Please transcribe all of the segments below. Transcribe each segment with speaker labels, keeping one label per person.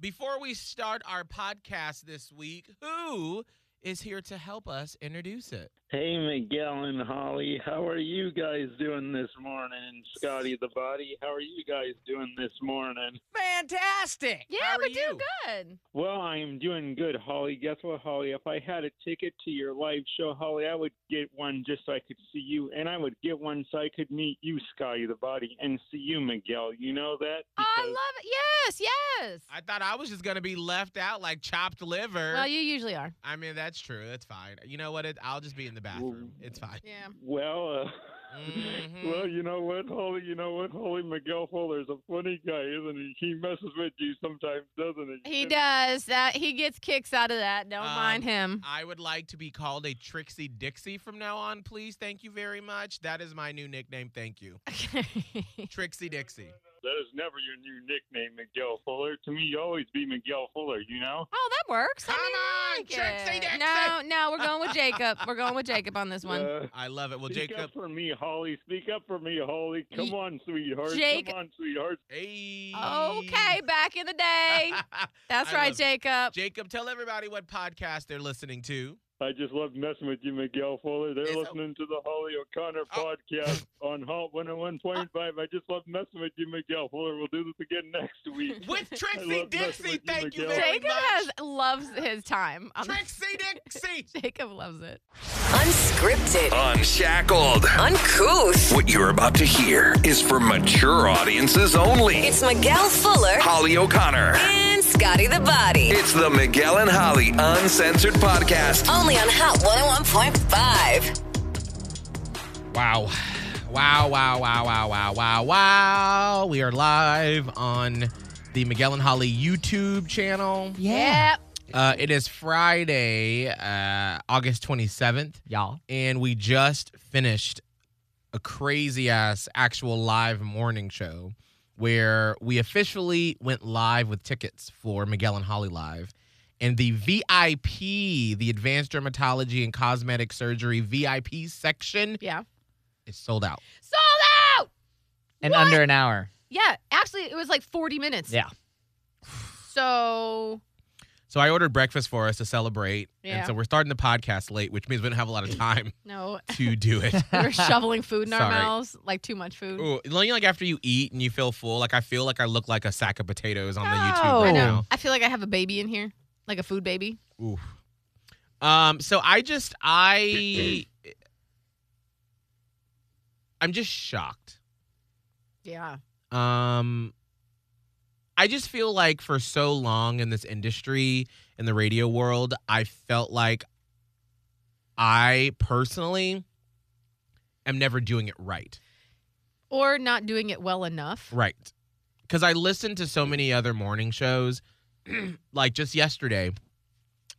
Speaker 1: Before we start our podcast this week, who is here to help us introduce it?
Speaker 2: Hey, Miguel and Holly, how are you guys doing this morning? And Scotty the Body, how are you guys doing this morning?
Speaker 1: Fantastic.
Speaker 3: Yeah,
Speaker 1: How are
Speaker 3: but
Speaker 1: you?
Speaker 3: do good.
Speaker 2: Well, I am doing good, Holly. Guess what, Holly? If I had a ticket to your live show, Holly, I would get one just so I could see you, and I would get one so I could meet you, Scotty the Body, and see you, Miguel. You know that?
Speaker 3: Oh, I
Speaker 2: Because-
Speaker 3: love it. Yes, yes.
Speaker 1: I thought I was just gonna be left out like chopped liver.
Speaker 3: well, you usually are.
Speaker 1: I mean, that's true. That's fine. You know what? It, I'll just be in the bathroom. It's fine.
Speaker 3: Yeah.
Speaker 2: Well, uh,
Speaker 1: Mhm.
Speaker 2: well, you know what, Holly? You know what, Holly? Miguel Fuller's a funny guy, isn't he? He messes with you sometimes, doesn't he?
Speaker 3: He does. That he gets kicks out of that. Don't
Speaker 1: Um,
Speaker 3: mind him.
Speaker 1: I would like to be called a Trixie Dixie from now on, please. Thank you very much. That is my new nickname. Thank you, Trixie Dixie.
Speaker 2: That is never your new nickname, Miguel Fuller. To me, you always be Miguel Fuller, you know?
Speaker 3: oh, that works.
Speaker 1: Come
Speaker 3: I
Speaker 1: on,
Speaker 3: mean, I like
Speaker 1: Trixie
Speaker 3: it.
Speaker 1: Dixie.
Speaker 3: No, no, we're going with Jacob. We're going with Jacob on this one.
Speaker 2: Uh,
Speaker 1: I love it. Well,
Speaker 2: speak
Speaker 1: Jacob.
Speaker 2: up for me, Holly. Speak up for me, Holly. Come
Speaker 3: Ye-
Speaker 2: on, sweetheart.
Speaker 3: Jake-
Speaker 2: Come on, sweetheart.
Speaker 1: Hey.
Speaker 3: okay, back in the day. That's
Speaker 1: I
Speaker 3: right,
Speaker 1: love it.
Speaker 3: Jacob.
Speaker 1: Jacob, tell everybody what podcast they're listening to.
Speaker 2: I just love messing with you, Miguel Fuller. They're
Speaker 1: Yes, oh.
Speaker 2: listening to the Holly O'Connor
Speaker 1: Oh.
Speaker 2: podcast on oh Halt 101.5. I just love messing with you, Miguel Fuller. We'll do this again next week.
Speaker 1: With
Speaker 2: I
Speaker 1: Trixie
Speaker 2: love
Speaker 1: Dixie.
Speaker 2: messing with you,
Speaker 1: Thank you
Speaker 2: Miguel.
Speaker 1: very
Speaker 3: Jacob
Speaker 1: much.
Speaker 3: has loves his time. on the-
Speaker 1: Trixie Dixie.
Speaker 3: Jacob loves it.
Speaker 4: Unscripted.
Speaker 5: Unshackled.
Speaker 4: Uncouth.
Speaker 5: What you're about to hear is for mature audiences only.
Speaker 4: It's Miguel Fuller
Speaker 5: Holly O'Connor.
Speaker 4: and Scotty the Body.
Speaker 5: It's the Miguel and Holly Uncensored Podcast.
Speaker 4: Only on Hot 101.5.
Speaker 1: Wow. Wow, wow, wow, wow, wow, wow, wow. We are live on the Miguel and Holly YouTube channel.
Speaker 3: Yeah.
Speaker 1: Uh, it is Friday, uh, August 27th,
Speaker 3: Y'all.
Speaker 1: and we just finished a crazy ass actual live morning show where we officially went live with tickets for Miguel and Holly Live. And the VIP, the Advanced Dermatology and Cosmetic Surgery VIP section,
Speaker 3: Yeah.
Speaker 1: is sold out.
Speaker 3: Sold out.
Speaker 6: and
Speaker 3: What?
Speaker 6: under an hour.
Speaker 3: Yeah, actually, it was like 40 minutes.
Speaker 6: Yeah.
Speaker 3: So,
Speaker 1: So I ordered breakfast for us to celebrate.
Speaker 3: Yeah.
Speaker 1: And so we're starting the podcast late, which means we don't have a lot of time
Speaker 3: no,
Speaker 1: to do it.
Speaker 3: we were shoveling food in our
Speaker 1: Sorry.
Speaker 3: mouths, like too much food.
Speaker 1: Ooh, like like after you eat and you feel full, like I feel like I look like a sack of potatoes on the YouTube
Speaker 6: Oh.
Speaker 3: I
Speaker 1: right
Speaker 3: know.
Speaker 1: now.
Speaker 3: I feel like I have a baby in here, like a food baby.
Speaker 1: Oof. Um, so I just I I'm just shocked.
Speaker 3: Yeah.
Speaker 1: Um I just feel like for so long in this industry, in the radio world, I felt like I personally am never doing it right.
Speaker 3: Or not doing it well enough.
Speaker 1: Right. Because I listened to so many other morning shows. like just yesterday,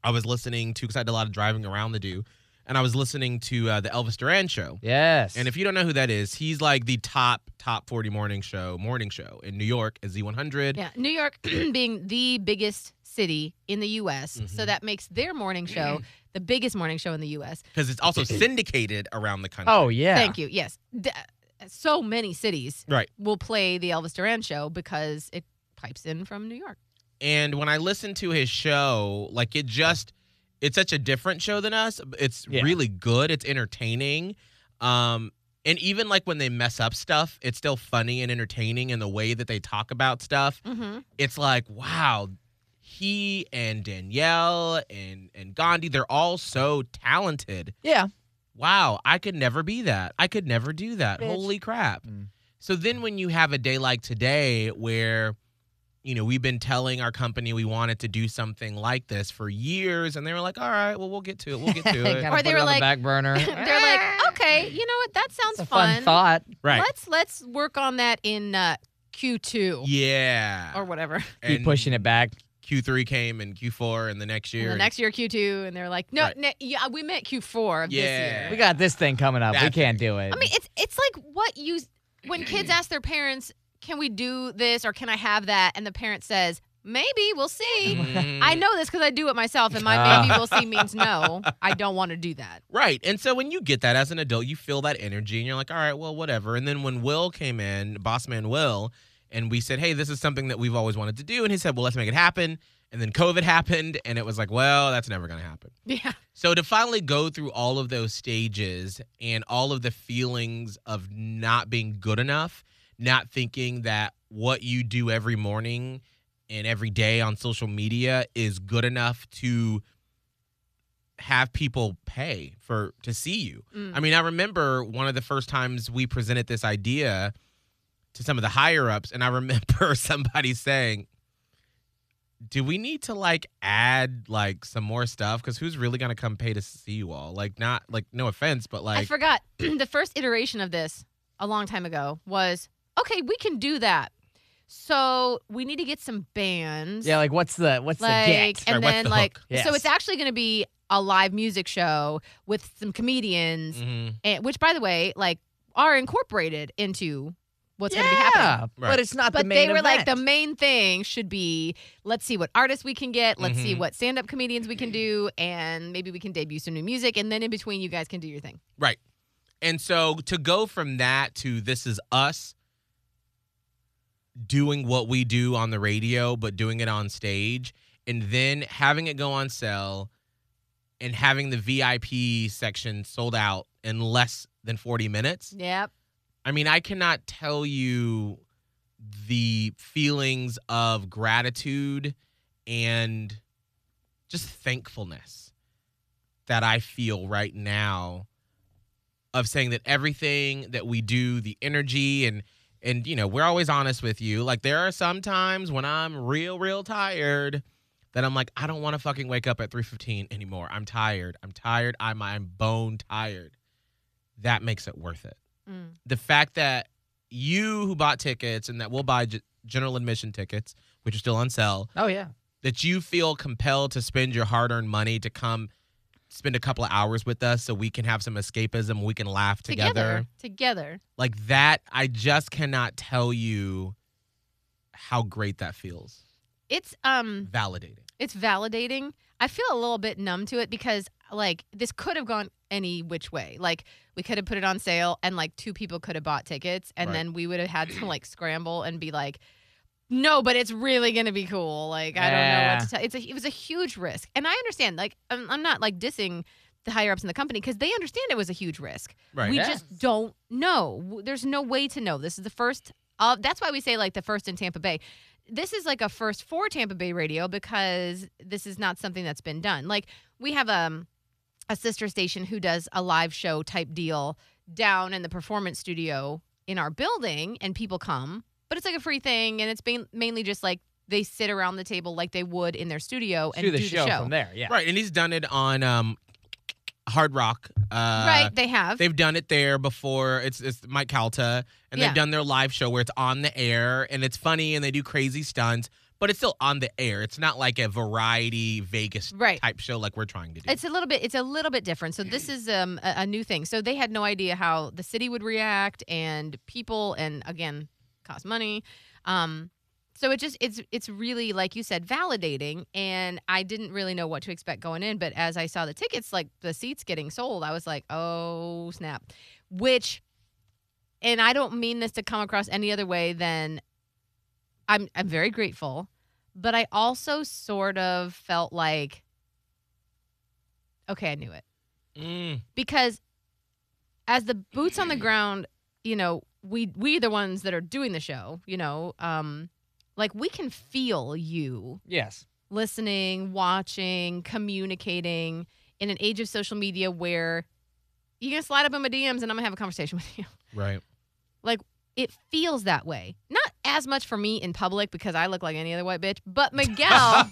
Speaker 1: I was listening to, because I had a lot of driving around to do, and I was listening to uh, the Elvis Duran show.
Speaker 6: Yes.
Speaker 1: And if you don't know who that is, he's like the top, top 40 morning show, morning show in New York is Z100.
Speaker 3: Yeah. New York being the biggest city in the U.S., so
Speaker 6: Mm-hmm.
Speaker 1: Mhm.
Speaker 3: that makes their morning show the biggest morning show in the U.S.
Speaker 1: Because it's also syndicated around the country.
Speaker 6: oh yeah.
Speaker 3: Thank you. Yes. D- uh, so many cities
Speaker 1: Right.
Speaker 3: will play the Elvis Duran show because it pipes in from New York.
Speaker 1: And when I listened to his show, like it just, it's such a different show than us. It's
Speaker 6: Yeah.
Speaker 1: really good. It's entertaining. Um, and even like when they mess up stuff, it's still funny and entertaining. And the way that they talk about stuff,
Speaker 3: Mm-hmm.
Speaker 1: it's like, wow, he and Danielle and, and Gandhi, they're all so talented.
Speaker 6: Yeah.
Speaker 1: Wow, I could never be that. I could never do that.
Speaker 6: Bitch.
Speaker 1: Holy crap.
Speaker 6: Mm.
Speaker 1: So then when you have a day like today where you know, we've been telling our company we wanted to do something like this for years and they were like, "All right, well we'll get to it. We'll get to it."
Speaker 3: Or they
Speaker 6: they
Speaker 3: were
Speaker 6: were on
Speaker 3: like-
Speaker 6: the back burner.
Speaker 3: They're like, okay, you know what? That sounds
Speaker 6: it's a fun,
Speaker 3: fun.
Speaker 6: thought.
Speaker 1: right.
Speaker 3: Let's let's work on that in uh, Q2
Speaker 1: Yeah.
Speaker 3: or whatever.
Speaker 6: Keep pushing it back.
Speaker 1: Q3 came and Q4 and the next year.
Speaker 3: And the
Speaker 1: and-
Speaker 3: next year Q2, and they're like, no,
Speaker 1: Right.
Speaker 3: no yeah, we meant Q4 of
Speaker 1: Yeah.
Speaker 3: this
Speaker 6: We
Speaker 3: year.
Speaker 6: got this thing coming up. we
Speaker 1: That
Speaker 6: can't do it.
Speaker 3: I mean, it's it's like what you when kids ask their parents, can we do this or can I have that, and the parent says, maybe we'll see.
Speaker 1: Mhm.
Speaker 6: Mm.
Speaker 3: I know this because I do it myself, and my
Speaker 6: Ah.
Speaker 3: maybe we'll see means no. I don't want to do that.
Speaker 1: Right. And so when you get that as an adult, you feel that energy and you're like, all right, well, whatever. And then when Will came in, Boss Man Will, and we said, "Hey, this is something that we've always wanted to do." And he said, "Well, let's make it happen." And then COVID happened, and it was like, "Well, that's never going to happen."
Speaker 3: Yeah.
Speaker 1: So to finally go through all of those stages and all of the feelings of not being good enough, not thinking that what you do every morning and every day on social media is good enough to have people pay for to see you.
Speaker 3: Mm.
Speaker 1: I mean, I remember one of the first times we presented this idea to some of the higher ups, and I remember somebody saying, do we need to like add like some more stuff? Because who's really gonna come pay to see you all? Like, not like no offense, but
Speaker 3: I
Speaker 1: like
Speaker 3: forgot the first iteration of this a long time ago was okay, we can do that. So we need to get some bands.
Speaker 6: Yeah, like what's the what's
Speaker 3: like
Speaker 6: the get?
Speaker 1: Right,
Speaker 3: and
Speaker 1: what's
Speaker 3: then
Speaker 1: the
Speaker 3: like
Speaker 6: hook?
Speaker 3: so
Speaker 6: Yes.
Speaker 3: it's actually going to be a live music show with some comedians
Speaker 6: Mm.
Speaker 1: Mhm.
Speaker 3: and, which by the way like are incorporated into what's
Speaker 6: yeah,
Speaker 3: going to be happening
Speaker 6: but it's not the
Speaker 3: but
Speaker 6: main
Speaker 3: they were like the
Speaker 6: event.
Speaker 3: main thing should be let's see what artists we can get let's see
Speaker 6: Mm-hmm.
Speaker 1: Mhm.
Speaker 3: what stand-up comedians we can do and maybe we can debut some new music and then in between you guys can do your thing
Speaker 1: right. And so to go from that to this is us doing what we do on the radio, but doing it on stage, and then having it go on sale and having the VIP section sold out in less than 40 minutes.
Speaker 3: yep
Speaker 1: I mean, I cannot tell you the feelings of gratitude and just thankfulness that I feel right now of saying that everything that we do, the energy and and you know, we're always honest with you. Like there are some times when I'm real real tired that I'm like I don't want to fucking wake up at 3:15 anymore. I'm tired. I'm tired. I'm I'm bone tired. That makes it worth it
Speaker 3: Mm.
Speaker 1: the fact that you who bought tickets and that will buy g- general admission tickets, which are still on sale,
Speaker 6: oh yeah,
Speaker 1: that you feel compelled to spend your hard earned money to come spend a couple of hours with us so we can have some escapism, we can laugh together.
Speaker 3: together together
Speaker 1: Like that, I just cannot tell you how great that feels.
Speaker 3: it's um
Speaker 1: Validating.
Speaker 3: it's validating. I feel a little bit numb to it because like this could have gone any which way. Like we could have put it on sale and like two people could have bought tickets and
Speaker 1: Right.
Speaker 3: then we would have had to like scramble and be like no, but it's really going to be cool. Like I don't know
Speaker 6: Yeah.
Speaker 3: what to tell. It's a, it was a huge risk. And I understand like I'm, I'm not like dissing the higher ups in the company cuz they understand it was a huge risk.
Speaker 1: Right.
Speaker 3: We
Speaker 6: Yeah.
Speaker 3: just don't know. W- There's no way to know. This is the first. Uh, that's why we say like the first in Tampa Bay. This is like a first for Tampa Bay radio because this is not something that's been done. Like we have um a sister station who does a live show type deal down in the performance studio in our building, and people come, but it's like a free thing, and it's been mainly just like they sit around the table like they would in their studio and
Speaker 6: do the show,
Speaker 3: the show.
Speaker 6: from there. Yeah,
Speaker 1: Right. And he's done it on um, Hard Rock. Uh,
Speaker 3: right? They have.
Speaker 1: They've done it there before. It's it's Mike Calta, and
Speaker 3: Yeah.
Speaker 1: they've done their live show where it's on the air and it's funny and they do crazy stunts, but it's still on the air. It's not like a variety Vegas
Speaker 3: Right.
Speaker 1: type show like we're trying to do.
Speaker 3: It's a little bit. It's a little bit different. So this is um, a, a new thing. So they had no idea how the city would react and people, and again, cost money. Um, so it just it's it's really like you said, validating. And I didn't really know what to expect going in, but as I saw the tickets, like the seats getting sold, I was like, oh snap. Which, and I don't mean this to come across any other way than I'm I'm very grateful, but I also sort of felt like okay, I knew it.
Speaker 1: Mm,
Speaker 3: Because as the boots on the ground, you know, we we the ones that are doing the show, you know, um like we can feel you
Speaker 6: Yes.
Speaker 3: listening, watching, communicating in an age of social media where you're going to slide up in my DMs and I'm going to have a conversation with you.
Speaker 1: right.
Speaker 3: It feels that way. Not as much for me in public because I look like any other white bitch, but Miguel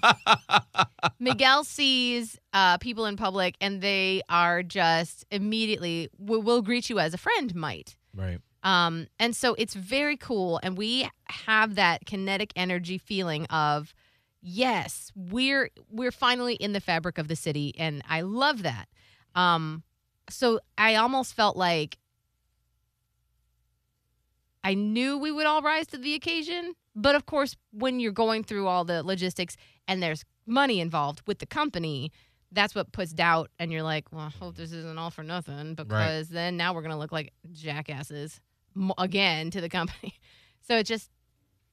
Speaker 3: Miguel sees uh, people in public and they are just immediately will, will greet you as a friend might.
Speaker 1: right.
Speaker 3: Um, and so it's very cool. And we have that kinetic energy feeling of, yes, we're we're finally in the fabric of the city, and I love that. Um, so I almost felt like I knew we would all rise to the occasion, but of course, when you're going through all the logistics and there's money involved with the company. That's what puts doubt, and you're like, well, I hope this isn't all for nothing because then now we're going to look like jackasses mo- again to the company. So it just,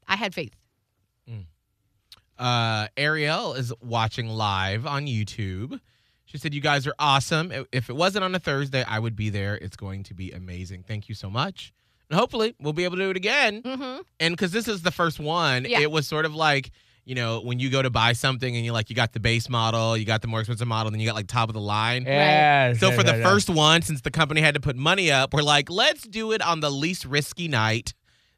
Speaker 3: I had faith.
Speaker 1: Uh, Ariel is watching live on YouTube. She said, You guys are awesome. I- If it wasn't on a Thursday, I would be there. It's going to be amazing. Thank you so much. And hopefully, we'll be able to do it again.
Speaker 3: Mm-hmm.
Speaker 1: And because this is the first one,
Speaker 3: Yeah.
Speaker 1: it was sort of like, you know, when you go to buy something and you're like, you got the base model, you got the more expensive model, then you got like top of the line.
Speaker 6: Yeah.
Speaker 1: So for the
Speaker 6: yeah, yeah.
Speaker 1: first one, since the company had to put money up, we're like, let's do it on the least risky night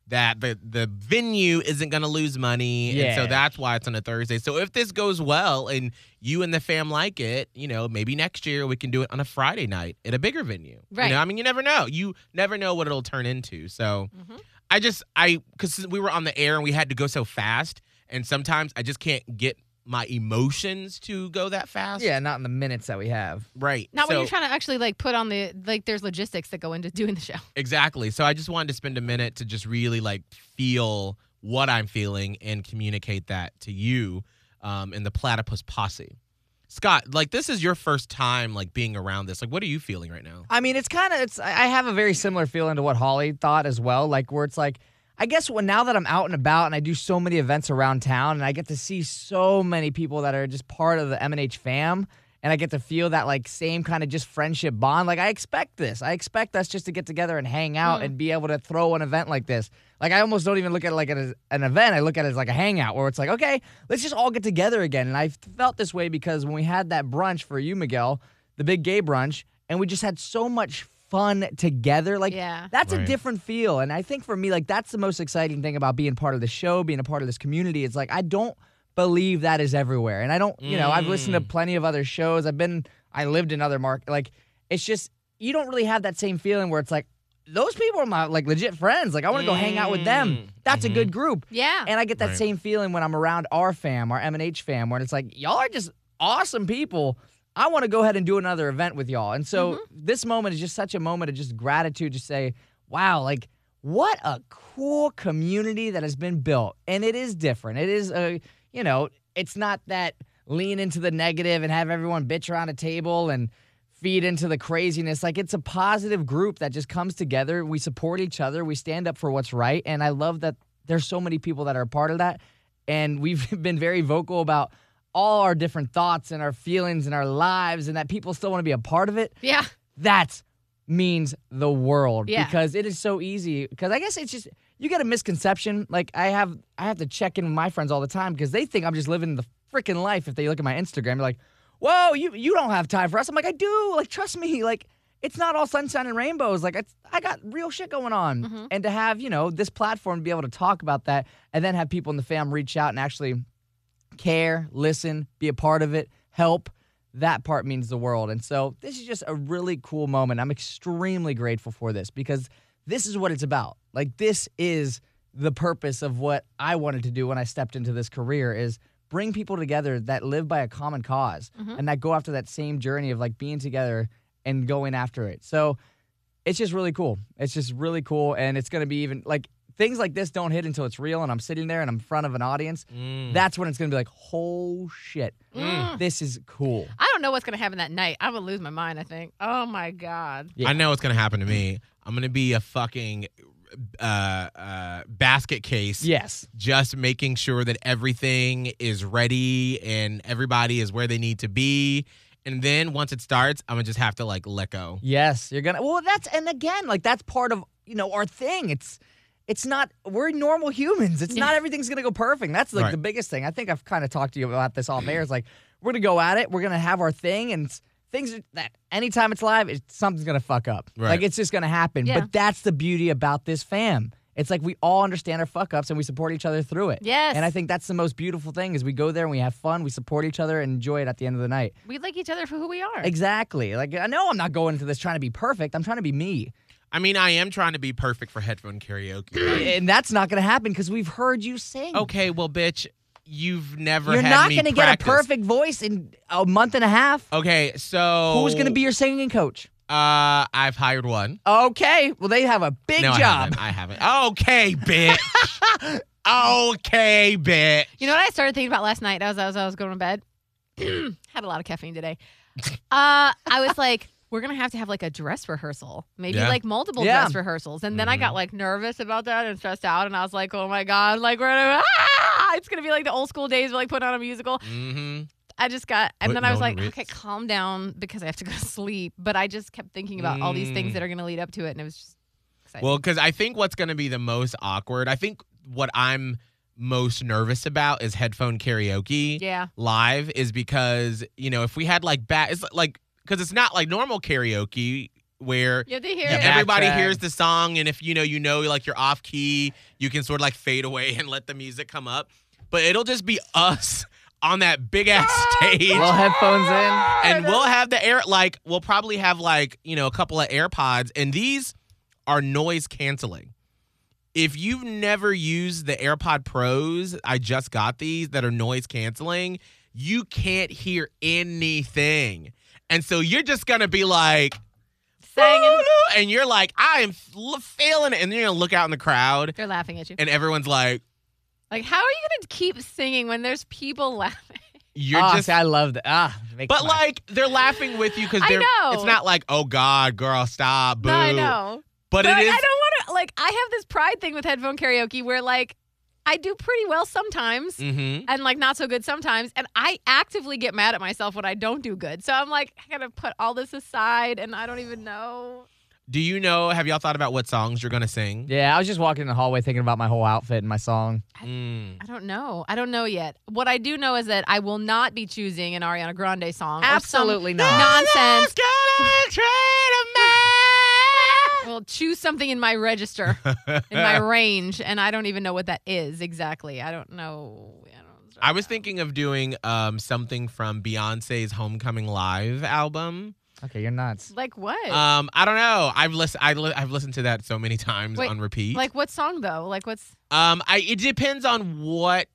Speaker 1: that the the venue isn't going to lose money, and so
Speaker 6: Yeah.
Speaker 1: that's why it's on a Thursday. So if this goes well and you and the fam like it, you know, maybe next year we can do it on a Friday night at a bigger venue.
Speaker 3: Right.
Speaker 1: You know, I mean, you never know. You never know what it'll turn into. So
Speaker 3: Mhm.
Speaker 1: I just I because we were on the air and we had to go so fast, and sometimes I just can't get my emotions to go that fast.
Speaker 6: Yeah, not in the minutes that we have.
Speaker 1: Right.
Speaker 3: Not when
Speaker 1: So-
Speaker 3: you're trying to actually like put on the like. There's logistics that go into doing the show.
Speaker 1: Exactly. So I just wanted to spend a minute to just really like feel what I'm feeling and communicate that to you um, in the platypus posse. Scott, like this is your first time like being around this. Like, what are you feeling right now?
Speaker 6: I mean, it's kind of it's. I I have a very similar feeling to what Holly thought as well. Like where it's like, I guess when now that I'm out and about and I do so many events around town and I get to see so many people that are just part of the MNH fam. And I get to feel that like same kind of just friendship bond. Like I expect this. I expect us just to get together and hang out and be able to throw an event like this. Like I almost don't even look at it like it as an event. I look at it as like a hangout where it's like, okay, let's just all get together again. And I felt this way because when we had that brunch for you, Miguel, the big gay brunch, and we just had so much fun together. Like
Speaker 3: Yeah.
Speaker 6: that's
Speaker 1: Right.
Speaker 6: a different feel. And I think for me, like that's the most exciting thing about being part of the show, being a part of this community. It's like I don't believe that is everywhere. And I don't, you know, I've listened
Speaker 1: Mm.
Speaker 6: to plenty of other shows. I've been I lived in other market like it's just you don't really have that same feeling where it's like those people are my like legit friends. Like I want to go hang out with them. That's a good group.
Speaker 3: Yeah.
Speaker 6: And I get that
Speaker 1: Mm. Mm-hmm. Right.
Speaker 6: same feeling when I'm around our fam, our MNH fam, where it's like, y'all are just awesome people. I want to go ahead and do another event with y'all. And so this moment is just such a moment of just gratitude to say, wow, like what a cool community that has been built. And it is different. It is a, you know, it's not that lean into the negative and have everyone bitch around a table and feed into the craziness. Like it's a positive group that just comes together. We support each other. We stand up for what's right. And I love that there's so many people that are a part of that. And we've been very vocal about all our different thoughts and our feelings and our lives and that people still want to be a part of it
Speaker 3: yeah.
Speaker 6: that means the world
Speaker 3: Yeah.
Speaker 6: because it is so easy because i guess it's just you get a misconception like i have i have to check in with my friends all the time because they think i'm just living the freaking life if they look at my instagram they're like whoa you you don't have time for us i'm like i do like trust me like it's not all sunshine and rainbows like it's, i got real shit going on and to have you know this platform to be able to talk about that and then have people in the fam reach out and actually care, listen, be a part of it, help. That part means the world. And so this is just a really cool moment. I'm extremely grateful for this because this is what it's about. Like this is the purpose of what I wanted to do when I stepped into this career is bring people together that live by a common because and that go after that same journey of like being together and going after it. So it's just really cool. It's just really cool. And it's going to be even like things like this don't hit until it's real and I'm sitting there and I'm in front of an audience.
Speaker 1: Mm.
Speaker 6: That's when it's going to be like, oh shit, this is cool.
Speaker 3: I don't know what's gonna happen that night. I would lose my mind. I think. Oh my god.
Speaker 6: Yeah.
Speaker 1: I know what's gonna happen to me. I'm gonna be a fucking uh, uh, basket case.
Speaker 6: Yes.
Speaker 1: Just making sure that everything is ready and everybody is where they need to be. And then once it starts, I'm gonna just have to like let go.
Speaker 6: Yes. You're going to, well, that's, and again, like that's part of, you know, our thing. It's, it's not, we're normal humans. It's not everything's going to go perfect. That's like
Speaker 1: Right.
Speaker 6: the biggest thing. I think I've kind of talked to you about this off air. It's like, we're going to go at it. We're going to have our thing. And it's- things are, that anytime it's live, it's, something's going to fuck up.
Speaker 1: Right.
Speaker 6: Like it's just going to happen.
Speaker 3: Yeah.
Speaker 6: But that's the beauty about this fam. It's like we all understand our fuck ups and we support each other through it.
Speaker 3: Yes.
Speaker 6: And I think that's the most beautiful thing is we go there and we have fun, we support each other and enjoy it at the end of the night.
Speaker 3: We like each other for who we are.
Speaker 6: Exactly. Like I know I'm not going into this trying to be perfect. I'm trying to be me.
Speaker 1: I mean, I am trying to be perfect for headphone karaoke.
Speaker 6: And that's not going to happen cuz we've heard you sing.
Speaker 1: Okay, well, bitch, you've never.
Speaker 6: You're
Speaker 1: had
Speaker 6: not
Speaker 1: me
Speaker 6: going to get a
Speaker 1: practice.
Speaker 6: perfect voice in a month and a half.
Speaker 1: Okay, so
Speaker 6: Who's going to be your singing coach?
Speaker 1: Uh, I've hired one.
Speaker 6: Okay. Well, they have a big
Speaker 1: no,
Speaker 6: job.
Speaker 1: I haven't. I haven't. Okay, bitch. okay, bitch.
Speaker 3: You know what I started thinking about last night as I was I was going to bed? Had a lot of caffeine today. Uh, I was like, we're gonna have to have like a dress rehearsal, maybe
Speaker 1: Yeah. Mm-hmm.
Speaker 3: like multiple
Speaker 6: Yeah.
Speaker 3: dress rehearsals. And then I got like nervous about that and stressed out, and I was like, oh my god, like we're gonna, ah! it's gonna be like the old school days, of, like putting on a musical.
Speaker 1: Mm-hmm.
Speaker 3: I just got, and
Speaker 1: Putting
Speaker 3: then I was
Speaker 1: on
Speaker 3: like,
Speaker 1: Ritz.
Speaker 3: okay, calm down because I have to go to sleep. But I just kept thinking about all these
Speaker 1: Mm.
Speaker 3: things that are gonna lead up to it, and it was just exciting.
Speaker 1: Well, because I think what's going to be the most awkward, I think what I'm most nervous about is headphone karaoke
Speaker 3: yeah,
Speaker 1: live, is because, you know, if we had like bad, it's like, because it's not like normal karaoke where.
Speaker 3: you have to hear
Speaker 1: Yeah,
Speaker 3: it.
Speaker 6: back
Speaker 1: everybody
Speaker 6: track.
Speaker 1: hears the song, and if you know, you know, like you're off key, you can sort of like fade away and let the music come up. But it'll just be us on that big ass stage,
Speaker 6: Little headphones in.
Speaker 1: and we'll have the air like we'll probably have like you know a couple of AirPods, and these are noise canceling. If you've never used the AirPod Pros, I just got these that are noise canceling. You can't hear anything, and so you're just gonna be like "Oh,
Speaker 3: Singing.
Speaker 1: and you're like, I am f- feeling it. And then you're gonna look out in the crowd,
Speaker 3: They're laughing at you.
Speaker 1: and everyone's like,
Speaker 3: Like, how are you gonna keep singing when there's people laughing?
Speaker 1: you're
Speaker 6: oh,
Speaker 1: just.
Speaker 6: see, I love that. Ah, makes
Speaker 1: But
Speaker 6: my-
Speaker 1: like, they're laughing with you because
Speaker 3: I
Speaker 1: they're.
Speaker 3: know.
Speaker 1: It's not like, oh God, girl, stop, boo.
Speaker 3: No, I know.
Speaker 1: But it
Speaker 3: like,
Speaker 1: is.
Speaker 3: I don't want to. Like, I have this pride thing with headphone karaoke where, like, I do pretty well sometimes.
Speaker 1: Mhm.
Speaker 3: And like not so good sometimes, and I actively get mad at myself when I don't do good. So I'm like, I gotta put all this aside, and I don't even know.
Speaker 1: Do you know? Have y'all thought about what songs you're gonna sing?
Speaker 6: Yeah, I was just walking in the hallway thinking about my whole outfit and my song.
Speaker 1: Mm.
Speaker 3: I don't know. I don't know yet. What I do know is that I will not be choosing an Ariana Grande song. or some
Speaker 6: Absolutely not.
Speaker 3: Nonsense.
Speaker 1: Gonna trade
Speaker 3: Well, choose something in my register,
Speaker 1: a man.
Speaker 3: in my range, and I don't even know what that is exactly. I don't know. I, don't
Speaker 1: I was thinking of doing um, something from Beyonce's Homecoming Live album.
Speaker 6: Okay, you're nuts.
Speaker 3: like what?
Speaker 1: Um, I don't know. I've listened. I li- I've listened to that so many times
Speaker 3: Wait,
Speaker 1: on repeat.
Speaker 3: Like what song though? Like what's
Speaker 1: um, I it depends on what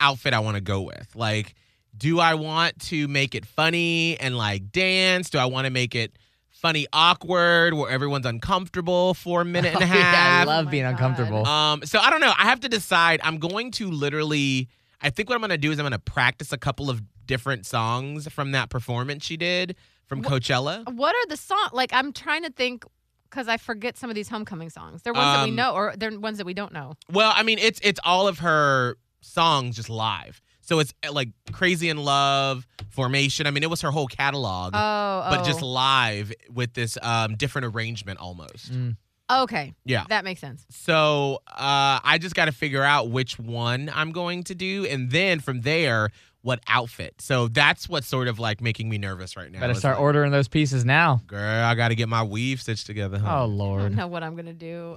Speaker 1: outfit I want to go with. Like, do I want to make it funny and like dance? Do I want to make it funny awkward where everyone's uncomfortable for a minute and a
Speaker 6: Oh, yeah, I
Speaker 1: half?
Speaker 6: love
Speaker 3: Oh my
Speaker 6: being
Speaker 3: God.
Speaker 6: uncomfortable.
Speaker 1: Um, so I don't know. I have to decide. I'm going to literally. I think what I'm going to do is I'm going to practice a couple of different songs from that performance she did from
Speaker 3: Wh-
Speaker 1: Coachella.
Speaker 3: what are the song? Like I'm trying to think because I forget some of these homecoming songs. They're ones that we
Speaker 1: Um,
Speaker 3: know, or they're ones that we don't know.
Speaker 1: Well, I mean, it's it's all of her songs just live. So it's uh, like Crazy in Love, Formation. I mean, it was her whole catalog,
Speaker 3: Oh,
Speaker 1: but
Speaker 3: oh.
Speaker 1: just live with this um, different arrangement almost.
Speaker 6: Mm.
Speaker 3: oh. okay.
Speaker 1: Yeah.
Speaker 3: that makes sense.
Speaker 1: So uh, I just got to figure out which one I'm going to do, and then from there, what outfit. So that's what's sort of like making me nervous right now.
Speaker 6: Better
Speaker 1: It's
Speaker 6: start
Speaker 1: Oh, like,
Speaker 6: ordering those pieces now.
Speaker 1: Girl, I got to get my weave stitched together.
Speaker 6: Oh
Speaker 1: Huh? Mm.
Speaker 3: I don't
Speaker 6: lord.
Speaker 3: know what I'm gonna do.
Speaker 6: Oh.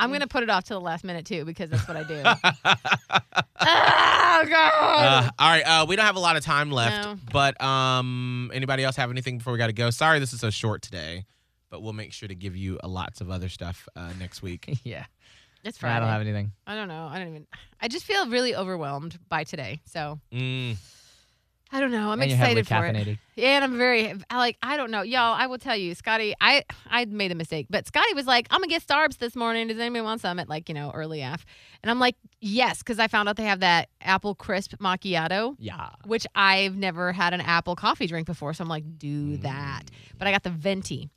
Speaker 3: I'm gonna put it off till the last minute too because that's what I do. oh God.
Speaker 1: Uh, all right, uh, we don't have a lot of time left,
Speaker 3: No.
Speaker 1: but um, anybody else have anything before we got to go? Sorry, this is so short today, but we'll make sure to give you uh, lots of other stuff uh, next week.
Speaker 6: yeah.
Speaker 3: it's Friday.
Speaker 6: I don't have anything.
Speaker 3: I don't know. I don't even. I just feel really overwhelmed by today. So
Speaker 1: Mm.
Speaker 3: I don't know. I'm
Speaker 6: and you're heavily
Speaker 3: excited for it.
Speaker 6: caffeinated.
Speaker 3: Yeah, and I'm very I like I don't know, y'all. I will tell you, Scotty. I I made a mistake, but Scotty was like, "I'm gonna get Starbucks this morning. Does anybody want some?" At like you know early af, and I'm like, "Yes," because I found out they have that apple crisp macchiato,
Speaker 6: Yeah.
Speaker 3: which I've never had an apple coffee drink before. So I'm like, "Do that,"
Speaker 6: Mm.
Speaker 3: but I got the venti,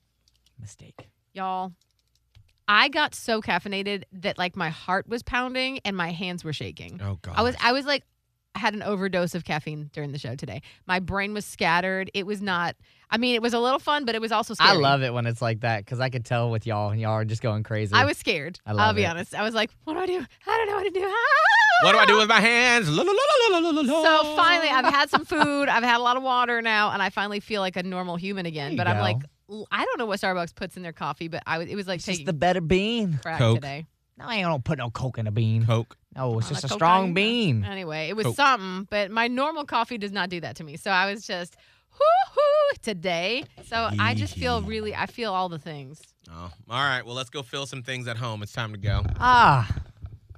Speaker 6: Mistake.
Speaker 3: y'all. I got so caffeinated that like my heart was pounding and my hands were shaking.
Speaker 1: Oh God,
Speaker 3: I was I was like I had an overdose of caffeine during the show today. My brain was scattered. It was not I mean, it was a little fun, but it was also scary.
Speaker 6: I love it when it's like that because I could tell with y'all and y'all are just going crazy.
Speaker 3: I was scared.
Speaker 6: I love
Speaker 3: I'll be
Speaker 6: it.
Speaker 3: honest. I was like, what do I do? I don't know what to do.
Speaker 1: What do I do with my hands? La, la, la, la, la, la, la, la.
Speaker 3: So finally I've had some food. I've had a lot of water now and I finally feel like a normal human again.
Speaker 6: There you
Speaker 3: But I'm
Speaker 6: go.
Speaker 3: like l- I don't know what Starbucks puts in their coffee, but I was it was like
Speaker 6: It's just
Speaker 3: taking
Speaker 6: the better bean.
Speaker 3: crack
Speaker 1: Coke.
Speaker 3: today.
Speaker 6: No, I don't put no coke in a bean.
Speaker 1: Coke.
Speaker 6: No, it's
Speaker 3: Not
Speaker 6: just a
Speaker 3: like
Speaker 6: strong
Speaker 3: cocaine. Uh.
Speaker 6: bean.
Speaker 3: Anyway, it was
Speaker 1: Coke.
Speaker 3: something, but my normal coffee does not do that to me. So I was just hoo hoo today. So I just feel
Speaker 1: Yee-hee.
Speaker 3: really I feel all the things.
Speaker 1: Oh, all right. Well, let's go fill some things at home. It's time to go.
Speaker 6: Ah,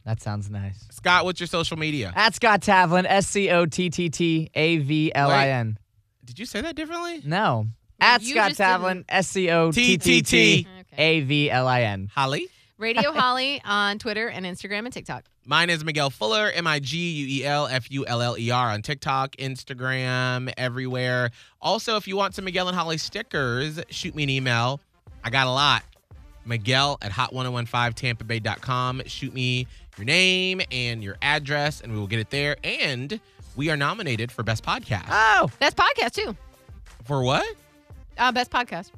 Speaker 6: that sounds nice.
Speaker 1: Scott, what's your social media?
Speaker 6: At Scott Tavlin, S C O T T T A V L I N.
Speaker 1: Did you say that differently?
Speaker 6: No. At
Speaker 3: You
Speaker 6: Scott
Speaker 3: just didn't-
Speaker 6: Tavlin, S C O T T T
Speaker 3: Okay.
Speaker 6: A V L I N.
Speaker 1: Holly.
Speaker 3: Radio Holly on Twitter and Instagram and TikTok.
Speaker 1: Mine is Miguel Fuller, M I G U E L F U L L E R on TikTok, Instagram, everywhere. Also, if you want some Miguel and Holly stickers, shoot me an email. I got a lot. Miguel at hot1015tampabay.com. Shoot me your name and your address, and we will get it there. And we are nominated for Best Podcast.
Speaker 6: Oh,
Speaker 3: Best podcast too.
Speaker 1: for what?
Speaker 3: Uh, best podcast.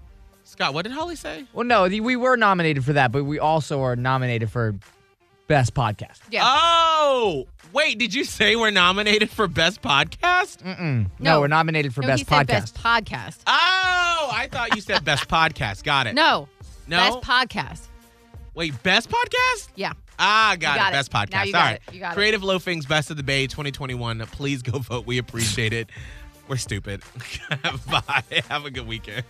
Speaker 1: Scott, what did Holly say?
Speaker 6: well, no, the- we were nominated for that, but we also are nominated for best podcast.
Speaker 3: Yeah.
Speaker 1: Oh, wait, did you say we're nominated for Best Podcast?
Speaker 3: Mm.
Speaker 6: Mm-mm. No,
Speaker 3: No.
Speaker 6: we're nominated for
Speaker 3: no,
Speaker 6: best
Speaker 3: he said
Speaker 6: podcast.
Speaker 3: best podcast.
Speaker 1: Oh, I thought you said Best Podcast. Got it.
Speaker 3: No.
Speaker 1: No?
Speaker 3: Best podcast.
Speaker 1: Wait, best podcast?
Speaker 3: Yeah.
Speaker 1: Ah, got,
Speaker 3: You
Speaker 1: it.
Speaker 3: got it.
Speaker 1: Best podcast.
Speaker 3: Now you
Speaker 1: All
Speaker 3: got
Speaker 1: right.
Speaker 3: it. You got it.
Speaker 1: Creative Loafing's Best of the Bay 2021. Please go vote. We appreciate it. We're stupid. Bye. Have a good weekend.